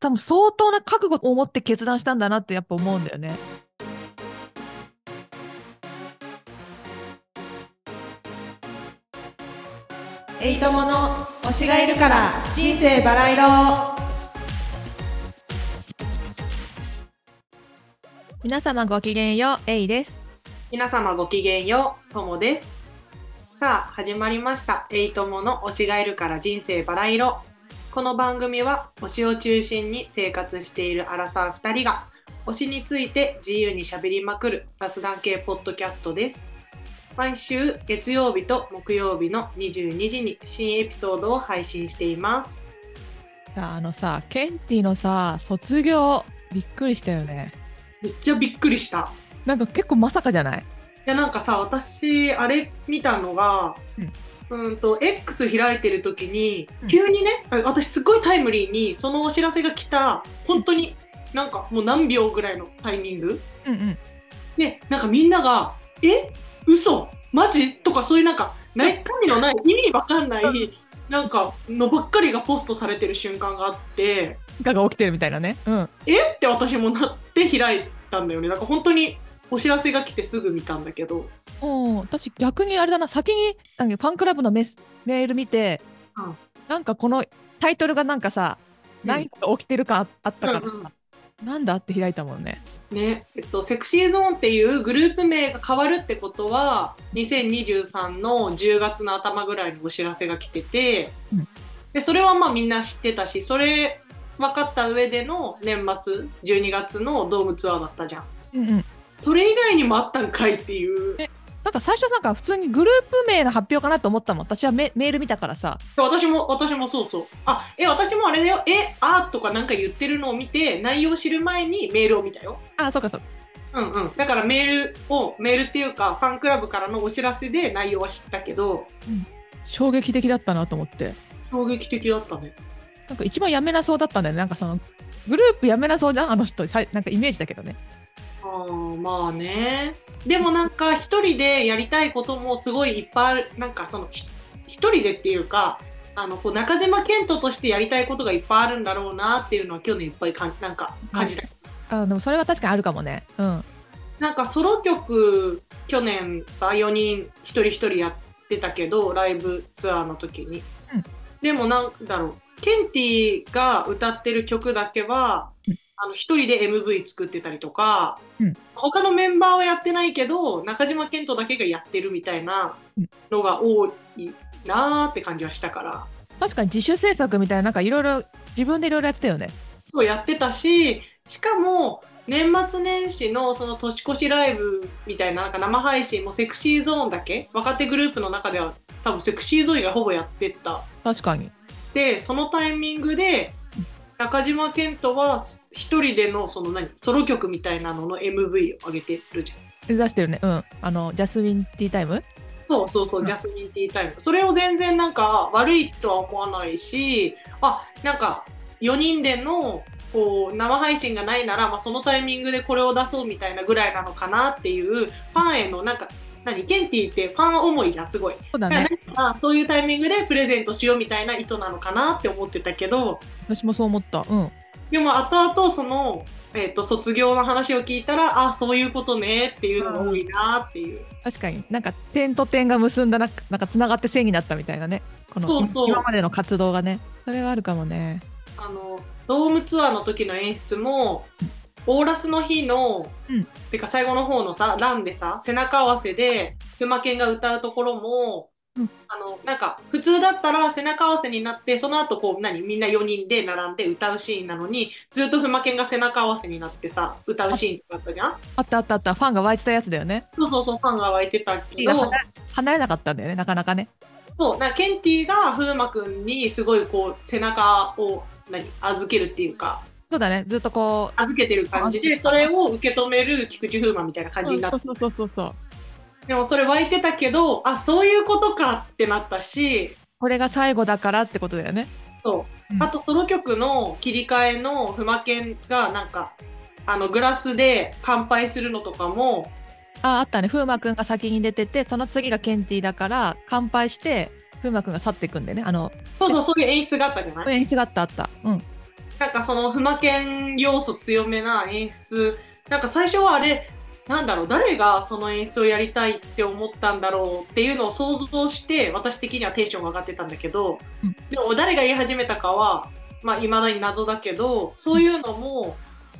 多分相当な覚悟を持って決断したんだなってやっぱ思うんだよね。エイトモの推しがいるから人生バラ色皆様ごきげんよう、エイです。皆様ごきげんようともですさあ始まりましたエイトモの推しがいるから人生バラ色この番組は推しを中心に生活しているアラサー2人が推しについて自由にしゃべりまくる雑談系ポッドキャストです毎週月曜日と木曜日の22時に新エピソードを配信していますさあ、あのさ、ケンティのさ、卒業、びっくりしたよね。めっちゃびっくりしたなんか結構まさかじゃないいやなんかさ私あれ見たのが、うん、と X 開いてる時にうん急にね、あ私すごいタイムリーにそのお知らせが来た本当になんかもう何秒ぐらいのタイミングうんうん。でなんかみんなが「え嘘マジ?」とかそういうなんか中身のない意味わかんないなんかのばっかりがポストされてる瞬間があってがが起きてるみたいなね。うん。えって私もなって開いたんだよねなんか本当にお知らせが来てすぐ見たんだけど。うん、私逆にあれだな先になんかファンクラブのメスメール見て、うんなんかこのタイトルがなんかさ、うん何か起きてるかああったから、うんうんなんだって開いたもんね。ねえっと、セクシーゾーンっていうグループ名が変わるってことは2023の10月の頭ぐらいにお知らせが来てて、うんでそれはまあみんな知ってたしそれ分かった上での年末12月のドームツアーだったじゃんうんうん、それ以外にもあったんかいっていうえなんか最初なんか普通にグループ名の発表かなと思ったもん私はメメール見たからさ私も私もそうそうあえ私もあれだよえあとかなんか言ってるのを見て内容を知る前にメールを見たよあそうかそうかうんうん、だからメールをメールっていうかファンクラブからのお知らせで内容は知ったけど衝撃的だったなと思って衝撃的だったねなんか一番やめなそうだったんだよねなんかそのグループやめなそうじゃんあの人さいなんかイメージだけどね。あーまあねでもなんか一人でやりたいこともすごいいっぱいあるなんかそのひ一人でっていうかあのこう中島健人としてやりたいことがいっぱいあるんだろうなっていうのは去年いっぱいかんなんか感じた、あでもそれは確かにあるかもね。うん。なんかソロ曲去年さ4人一人一人やってたけどライブツアーの時に、うんでもなんだろうケンティが歌ってる曲だけはうんあの一人で MV 作ってたりとか、うん他のメンバーはやってないけど中島健人だけがやってるみたいなうんのが多いなーって感じはしたから。確かに自主制作みたいななんかいろいろ自分でいろいろやってたよね。そうやってたししかも年末年始のその年越しライブみたいななんか生配信もセクシーゾーンだけ若手グループの中では多分セクシーゾーンがほぼやってった確かに。でそのタイミングで中島健人は一人でのその何ソロ曲みたいなのの MV を上げてるじゃん出してるね。うん。あの、ジャスミンティータイムそうそうそう、うんジャスミンティータイム。それを全然なんか悪いとは思わないし、あ、なんか4人でのこう生配信がないなら、まあ、そのタイミングでこれを出そうみたいなぐらいなのかなっていう、ファンへのなんか、何ケンティってファン思いじゃん、すごい。そうだだからね。なんかそういうタイミングでプレゼントしようみたいな意図なのかなって思ってたけど、私もそう思った。うん。でも後々その、えっと卒業の話を聞いたら、あ、そういうことねっていうのが多いなっていう。確かになんか点と点が結んだな、なんかつながって線になったみたいなね。このそうそう今までの活動がね。それはあるかもね。あのドームツアーの時の演出もオーラスの日の、うんてか最後の方のさランでさ背中合わせで熊健が歌うところも、うんあのなんか普通だったら背中合わせになってその後こう何みんな4人で並んで歌うシーンなのにずっと熊健が背中合わせになってさ歌うシーンとかあったじゃんあったあったあった。ファンが湧いてたやつだよね。そうそうそうファンが湧いてたけ手がど離れ離れなかったんだよね。なかなかね。そうなんかケンティが風磨くんにすごいこう背中を何預けるっていうかそうだね。ずっとこう。預けてる感じでそれを受け止める菊池風磨みたいな感じになっそうてそうそうそうそう。でもそれ湧いてたけどあそういうことかってなったしこれが最後だからってことだよね。そう、うんあとソロ曲の切り替えのふまけんがなんかあのグラスで乾杯するのとかもああったね風磨くんが先に出ててその次がケンティーだから乾杯して風磨くんが去っていくんでねあのそうそうそういう演出があったじゃない演出があったあったうんなんかその不魔剣要素強めな演出なんか最初はあれなんだろう誰がその演出をやりたいって思ったんだろうっていうのを想像して私的にはテンションが上がってたんだけど、うんでも誰が言い始めたかはまあ、未だに謎だけどそういうのも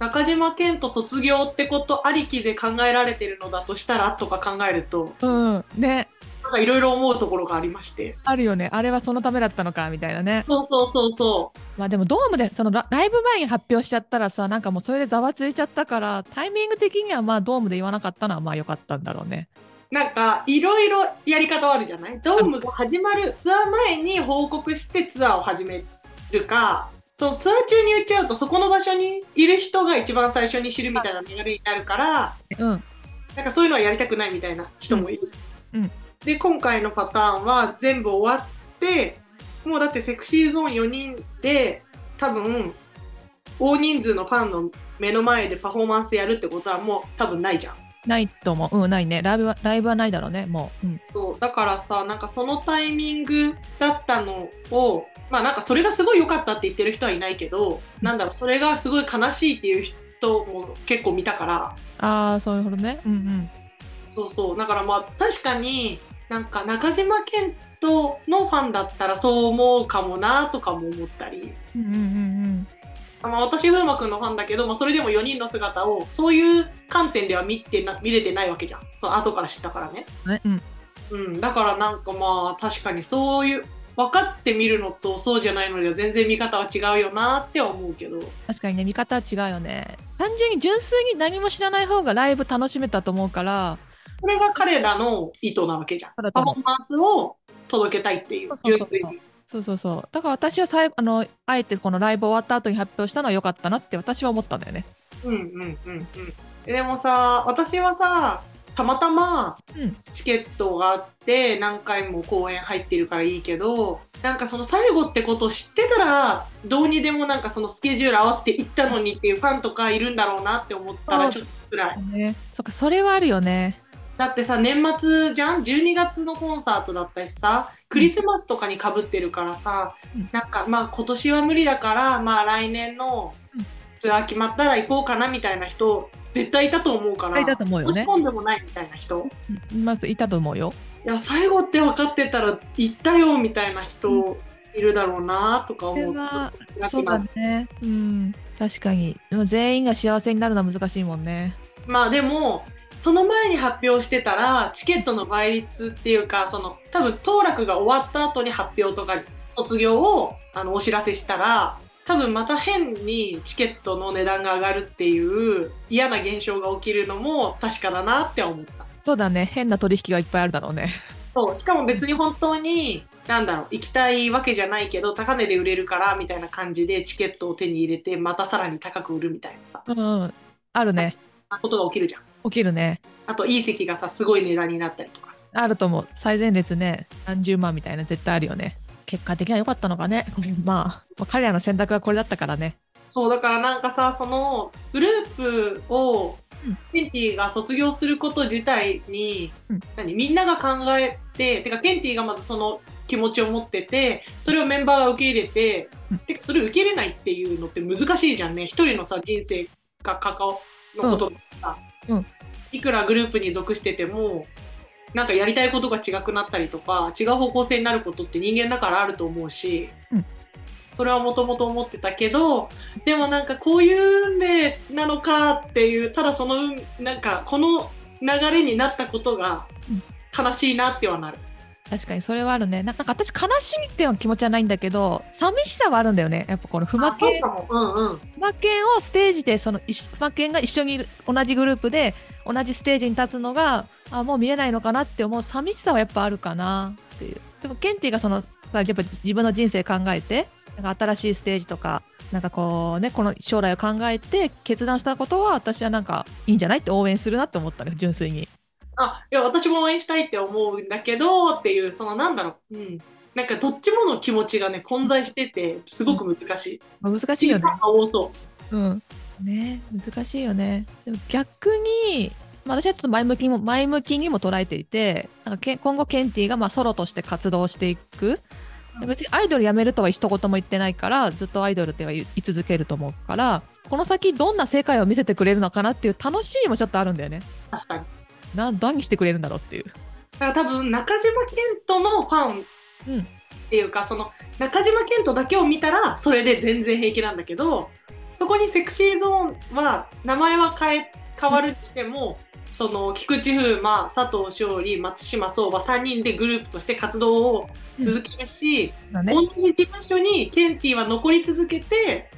中島健人卒業ってことありきで考えられてるのだとしたらとか考えるとうん、ね、なんかいろいろ思うところがありましてあるよね。あれはそのためだったのかみたいなね。そうそうそうそまあでもドームでそのラライブ前に発表しちゃったらさなんかもうそれでざわついちゃったからタイミング的にはまあドームで言わなかったのはまあ良かったんだろうね。うなんかいろいろやり方はあるじゃないドームが始まるツアー前に報告してツアーを始めるかそのツアー中に言っちゃうとそこの場所にいる人が一番最初に知るみたいな流れになるからうん、なんかそういうのはやりたくないみたいな人もいる。うんうんで今回のパターンは全部終わってもうだってセクシーゾーン4人で多分大人数のファンの目の前でパフォーマンスやるってことはもう多分ないじゃん。ないと思う。うん、ないね。ライブはライブはないだろうね。もう。うん、そうだからさなんかそのタイミングだったのをまあなんかそれがすごい良かったって言ってる人はいないけどなんだろうそれがすごい悲しいっていう人も結構見たからああ、そういうことね。うんうん。そうそうだからまあ確かになんか中島健人のファンだったらそう思うかもなとかも思ったり、うんうんうんまあ、私風磨君のファンだけど、まあ、それでも4人の姿をそういう観点では見てな見れてないわけじゃんそう後から知ったからね、うん。ね、うん。うん、だからなんかまあ確かにそういう分かって見るのとそうじゃないのでは全然見方は違うよなって思うけど確かにね、見方は違うよね。単純に純粋に何も知らない方がライブ楽しめたと思うから、それが彼らの意図なわけじゃんそうだとパフ思うォーマンスを届けたいっていうそうそうそう純粋にそうそうそう。だから私は最後あのあえてこのライブ終わった後に発表したのは良かったなって私は思ったんだよね。うんうんうんうんえでもさ私はさたまたまうんチケットがあって何回も公演入ってるからいいけどなんかその最後ってことを知ってたらどうにでもなんかそのスケジュール合わせて行ったのにっていうファンとかいるんだろうなって思ったらちょっと辛いねそっか、それはあるよね。だってさ年末じゃん12月のコンサートだったしさクリスマスとかにかぶってるからさ、うんなんかまあ今年は無理だからまあ来年のうんツアー決まったら行こうかなみたいな人絶対いたと思うかあら、れだと思うよ落ちね。込んでもないみたいな人うんまずいたと思うよ。いや最後って分かってたら行ったよみたいな人いるだろうなとかそれ思うとは辛そくうなだるね。うん、確かに。でも全員が幸せになるのは難しいもんね。まあでもその前に発表してたらチケットの倍率っていうかその多分当落が終わった後に発表とか卒業をあのお知らせしたら多分また変にチケットの値段が上がるっていう嫌な現象が起きるのも確かだなって思った。そうだね。変な取引がいっぱいあるだろうね。そうしかも別に本当になんだろう行きたいわけじゃないけど高値で売れるからみたいな感じでチケットを手に入れてまたさらに高く売るみたいなさうん、あるね。ことが起きるじゃん起きるね。あといい席がさすごい値段になったりとかさあると思う。最前列ね、何十万みたいな絶対あるよね。結果的には良かったのかね。 まあ、まあ彼らの選択はこれだったからね。そうだからなんかさそのグループをうんケンティが卒業すること自体に、うん何みんなが考えててかケンティがまずその気持ちを持っててそれをメンバーが受け入れて、うんてかそれを受け入れないっていうのって難しいじゃんね一人のさ人生が関わのことだから、うんいくらグループに属しててもなんかやりたいことが違くなったりとか違う方向性になることって人間だからあると思うし、うんそれはもともと思ってたけどでもなんかこういう運命なのかっていうただその運なんかこの流れになったことがうん悲しいなってはなる。確かにそれはあるね。なんか私、悲しいっていう気持ちはないんだけど、寂しさはあるんだよね。やっぱこの不あ負そうけかも、うんうん、不魔犬をステージでその一緒不魔犬が一緒にいる同じグループで同じステージに立つのがあもう見れないのかなって思う寂しさはやっぱあるかなっていうでもケンティがそのさやっぱ自分の人生考えてなんか新しいステージとかなんかこうねこの将来を考えて決断したことは私はなんかいいんじゃないって応援するなって思ったね純粋にあいや私も応援したいって思うんだけどっていうそのなんだろう、うん、なんかどっちもの気持ちがね混在しててすごく難しい。まあ難しいよねあ多そううん、ね難しいよねでも逆に、まあ、私はちょっと前向きにも前向きにも捉えていてなんかけ今後ケンティがまあソロとして活動していく別にアイドル辞めるとは一言も言ってないからずっとアイドルっては言い続けると思うからこの先どんな世界を見せてくれるのかなっていう楽しみもちょっとあるんだよね。確かに。な何してくれるんだろうっていう。だから多分中島健人のファンっうんていうか、その中島健人だけを見たらそれで全然平気なんだけどそこにセクシーゾーンは名前は変え変わるにしても、その菊池風磨佐藤勝利松島聡は3人でグループとして活動を続けるし、だ同じ事務所にケンティは残り続けて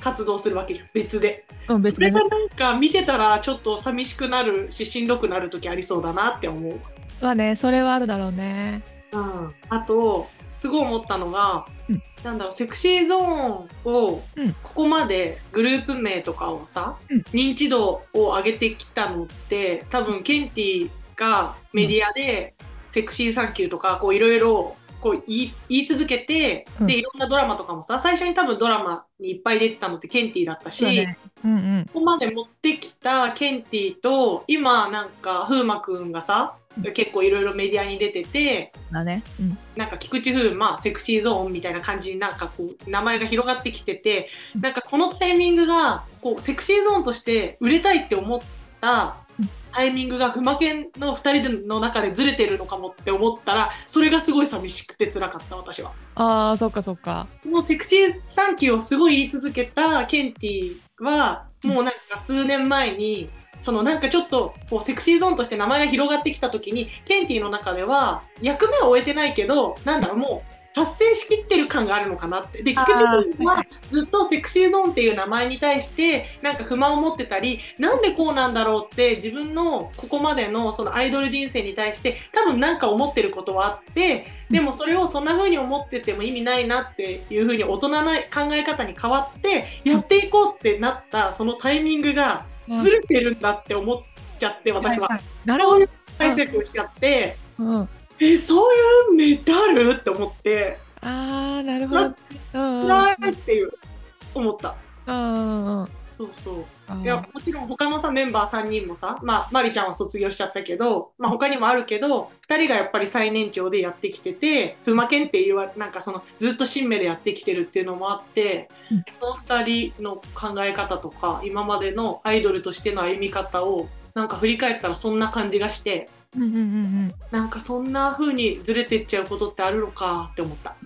活動するわけじゃん別で。うん、別それにねがなんか見てたらちょっと寂しくなるししんどくなる時ありそうだなって思う。まあねそれはあるだろうね。うん、あとすごい思ったのが、うんなんだろうセクシーゾーンをうんここまでグループ名とかをさ、うん認知度を上げてきたのって多分ケンティがメディアで「セクシーサンキュー」とかこういろいろこう言い言い続けて、うんでいろんなドラマとかもさ最初に多分ドラマにいっぱい出てたのってケンティだったし。そうだねうんうんここまで持ってきたケンティと今なんか風磨くんがさうん結構いろいろメディアに出ててだね。うんなんか菊池風磨セクシーゾーンみたいな感じになんかこう名前が広がってきててうんなんかこのタイミングがこうセクシーゾーンとして売れたいって思ったうんタイミングが不魔犬の2人の中でずれてるのかもって思ったらそれがすごい寂しくて辛かった私は。ああそっかそっか。もうセクシーサンキューをすごい言い続けたケンティはもうなんか数年前にそのなんかちょっとこうセクシーゾーンとして名前が広がってきた時にケンティの中では役目を終えてないけどなんだろうもう達成しきってる感があるのかなってであー菊池君はずっとセクシーゾーンっていう名前に対してなんか不満を持ってたりなんでこうなんだろうって自分のここまでのそのアイドル人生に対して多分なんか思ってることはあって でもそれをそんな風に思ってても意味ないなっていう風に大人な考え方に変わってやっていこうってなったそのタイミングがずれてるんだって思っちゃって私は。なるそほういどう。解釈をしちゃって、うん、あえそういう運命ってあるって思ってあなるほど。うんうん辛いっていう思った。うんうんうん。そうそうあーいやもちろん他のさメンバー3人もさ、まあ、まりちゃんは卒業しちゃったけど、まあ、他にもあるけど2人がやっぱり最年長でやってきてて風磨健っていうわなんかそのずっと新芽でやってきてるっていうのもあって、うんその2人の考え方とか今までのアイドルとしての歩み方をなんか振り返ったらそんな感じがしてうんうんうんうん。なんかそんな風にずれてっちゃうことってあるのかって思った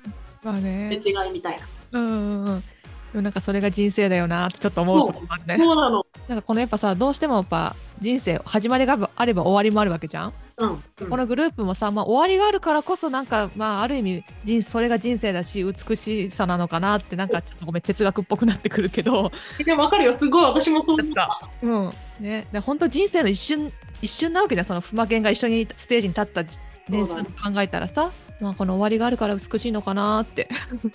まあ手ね。違いみたいうんうんうん。でもなんかそれが人生だよなってちょっと思うこともあるな、ね。そうなのなんかこのやっぱさどうしてもやっぱ人生始まりがあれば終わりもあるわけじゃん。うん、うんこのグループもさ、まあ、終わりがあるからこそなんか、まあ、ある意味人それが人生だし美しさなのかなってなんかちょっとごめん哲学っぽくなってくるけど、でも分かるよすごい私もそう思ったうんね、で本当人生の一瞬一瞬なわけじゃんその不魔犬が一緒にステージに立った年数そうをだ考ねえたらさ、まあ、この終わりがあるから美しいのかなって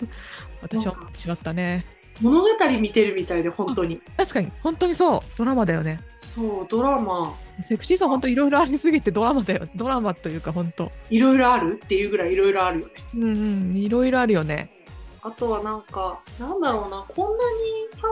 私は違ったね物語見てるみたいで本当に確かに本当にそうドラマだよねそうドラマセクシーさん本当いろいろありすぎてドラマだよドラマというか本当いろいろあるっていうぐらいいろいろあるよねうんうんいろいろあるよねあとはなんかなんだろうなこんな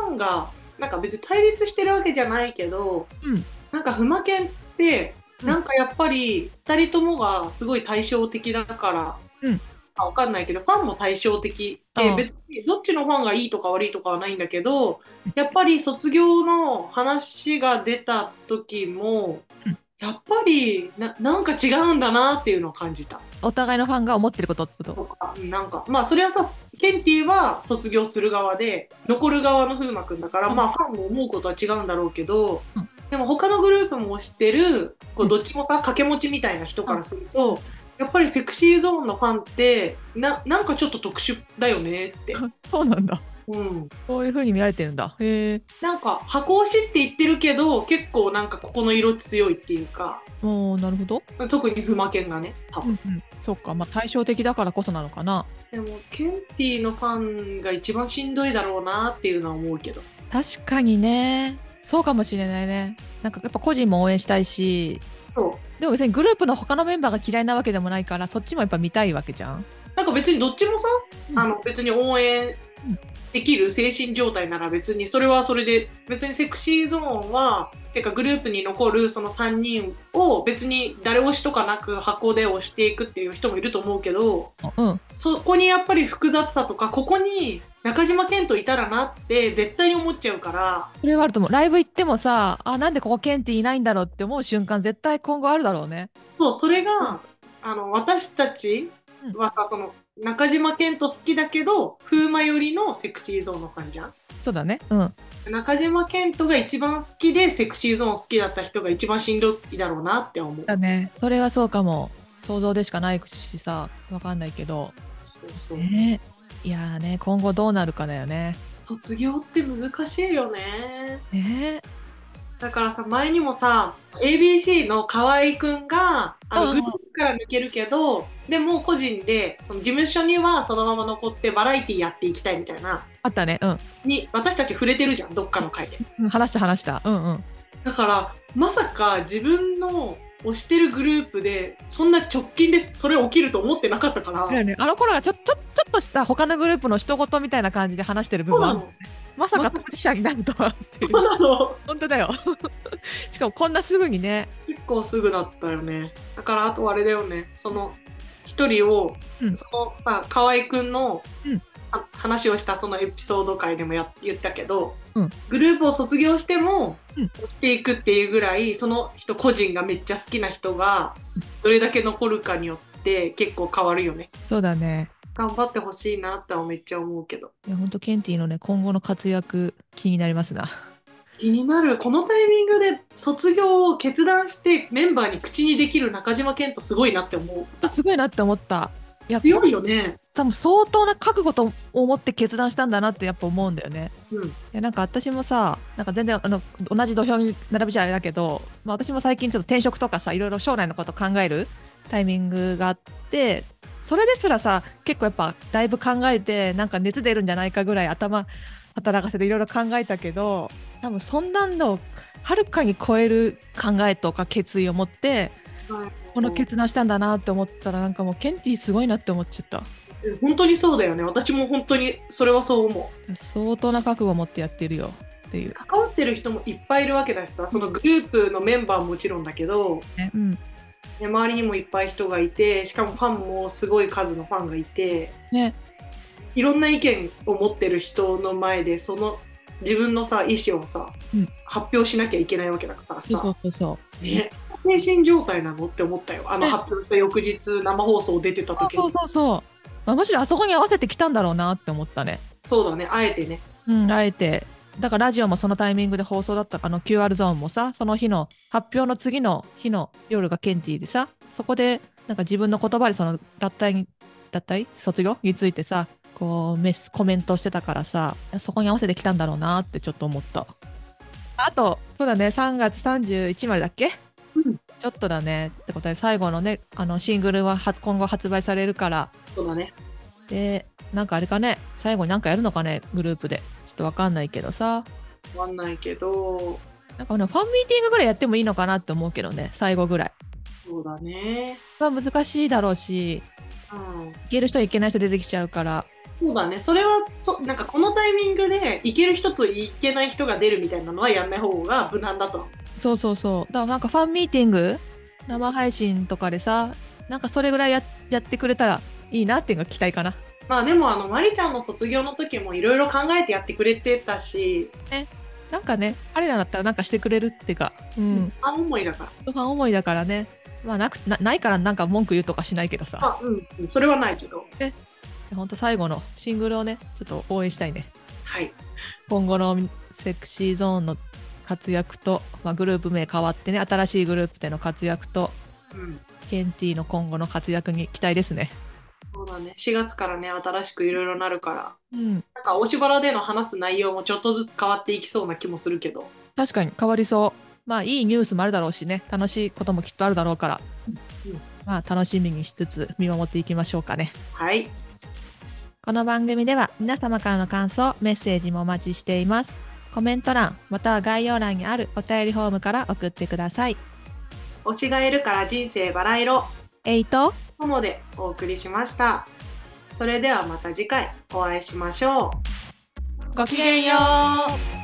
にファンがなんか別に対立してるわけじゃないけど、うんなんか不魔犬ってうんなんかやっぱり2人ともがすごい対照的だから、うんあわかんないけどファンも対照的で、うん別にどっちのファンがいいとか悪いとかはないんだけどやっぱり卒業の話が出た時も、うんやっぱりななんか違うんだなっていうのを感じた。お互いのファンが思ってることってこと とかなんかまあそれはさケンティは卒業する側で残る側の風磨くんだから、うんまあファンも思うことは違うんだろうけど、うんでも他のグループも推してるうこうんどっちもさ掛け持ちみたいな人からすると、やっぱりセクシーゾーンのファンってななんかちょっと特殊だよねって、そうなんだ。うん、そういう風に見られてるんだ。へえ。なんか箱推しって言ってるけど結構なんかここの色強いっていうかおーなるほど。特に風磨犬がね多分うんうん。そっか、まあ対照的だからこそなのかな。でもケンティのファンが一番しんどいだろうなっていうのは思うけど。確かにね。そうかもしれないね。なんかやっぱ個人も応援したいし、そうでも別にグループの他のメンバーが嫌いなわけでもないから、そっちもやっぱ見たいわけじゃん。なんか別にどっちもさ、うんあの別に応援できる精神状態なら別にそれはそれで別にセクシーゾーンはてかグループに残るその3人を別に誰推しとかなく箱で押していくっていう人もいると思うけどうんそこにやっぱり複雑さとかここに中島健人いたらなって絶対に思っちゃうからそれはあると思うライブ行ってもさあなんでここケンティいないんだろうって思う瞬間絶対今後あるだろうねそうそれがあの私たちはさその中島健人好きだけど風磨寄りのセクシーゾーンのファンじゃん。そうだねうん中島健人が一番好きでセクシーゾーン好きだった人が一番しんどいだろうなって思う。だねそれはそうかも想像でしかないしさわかんないけどそうそうねいやーね今後どうなるかだよね卒業って難しいよね。ねだからさ前にもさ ABC の河合くんがあのうんグループから抜けるけど、でも個人でその事務所にはそのまま残ってバラエティやっていきたいみたいなあったねうに私たち触れてるじゃんどっかの回で。んうん話した話したうんうんだからまさか自分の推してるグループでそんな直近でそれ起きると思ってなかったかあら。の頃はちょちょちょっとした他のグループの一言みたいな感じで話してる部そう分なはのまさか当事者になるとはっていうそうなの 本当だよ しかもこんなすぐにね結構すぐだったよねだからあとあれだよねその一人を、うんそのさ河合くんの、うんあ話をしたそのエピソード回でもや言ったけど、うんグループを卒業しても、うん追っていくっていうぐらいその人個人がめっちゃ好きな人がどれだけ残るかによって結構変わるよねそうだね頑張ってほしいなってはめっちゃ思うけどいや本当ケンティのね今後の活躍気になりますな気になるこのタイミングで卒業を決断してメンバーに口にできる中島健人すごいなって思うすごいなって思ったいや強いよね。多分相当な覚悟と思って決断したんだなってやっぱ思うんだよねうん。いやなんか私もさなんか全然あの同じ土俵に並べちゃあれだけど、まあ、私も最近ちょっと転職とかさいろいろ将来のこと考えるタイミングがあってそれですらさ結構やっぱだいぶ考えてなんか熱出るんじゃないかぐらい頭働かせていろいろ考えたけど多分そんなんのをはるかに超える考えとか決意を持ってこの決断したんだなって思ったらなんかもうケンティーすごいなって思っちゃったうん本当にそうだよね。私も本当にそれはそう思う。相当な覚悟を持ってやってるよっていう、関わってる人もいっぱいいるわけだしさ、そのグループのメンバーももちろんだけど、ねうん、ね周りにもいっぱい人がいて、しかもファンもすごい数のファンがいて、ねいろんな意見を持ってる人の前で、その自分のさ、意思をさ、うん発表しなきゃいけないわけだからそうそさ、うそうそうね、精神状態なのって思ったよ。あのね発表した翌日、生放送出てた時に。そうそうそうそう、まあ、むしろあそこに合わせてきたんだろうなって思ったねそうだね、あえてね。うんあえてだからラジオもそのタイミングで放送だったあの QR ゾーンもさその日の発表の次の日の夜がケンティーでさそこでなんか自分の言葉でその脱退に脱退卒業についてさこうメスコメントしてたからさそこに合わせてきたんだろうなってちょっと思ったあとそうだね3月31までだっけうんちょっとだねってことで最後のねあのシングルは発今後発売されるからそうだね。でなんかあれかね最後になんかやるのかねグループでちょっとわかんないけどさわかんないけどなんかねファンミーティングぐらいやってもいいのかなって思うけどね最後ぐらいそうだねまあ難しいだろうしうんいける人はいけない人出てきちゃうからそうだねそれはそなんかこのタイミングでいける人といけない人が出るみたいなのはやんない方が無難だとは思そうそうそうだからなんかファンミーティング生配信とかでさなんかそれぐらいややってくれたらいいなっていうのが期待かなうまあでもあのまりちゃんの卒業の時もいろいろ考えてやってくれてたし、なんかね彼らだったらなんかしてくれるっていうかうんあ思いだかファン思いだからねまあなくなないからなんか文句言うとかしないけどらさあうん、うん、それはないけどほんと最後のシングルをねちょっと応援したいねはい今後のセクシーゾーンの活躍と、まあ、グループ名変わってね新しいグループでの活躍とうんケンティの今後の活躍に期待ですね。そうだね4月からね新しくいろいろなるからうん、なんかおしばらでの話す内容もちょっとずつ変わっていきそうな気もするけど確かに変わりそう。まあいいニュースもあるだろうしね楽しいこともきっとあるだろうから、うんまあ楽しみにしつつ見守っていきましょうかね。はいこの番組では皆様からの感想メッセージもお待ちしていますコメント欄または概要欄にあるお便りフォームから送ってください推しがいるから人生バラ色えいとともでお送りしました。それではまた次回お会いしましょう。ごきげんよう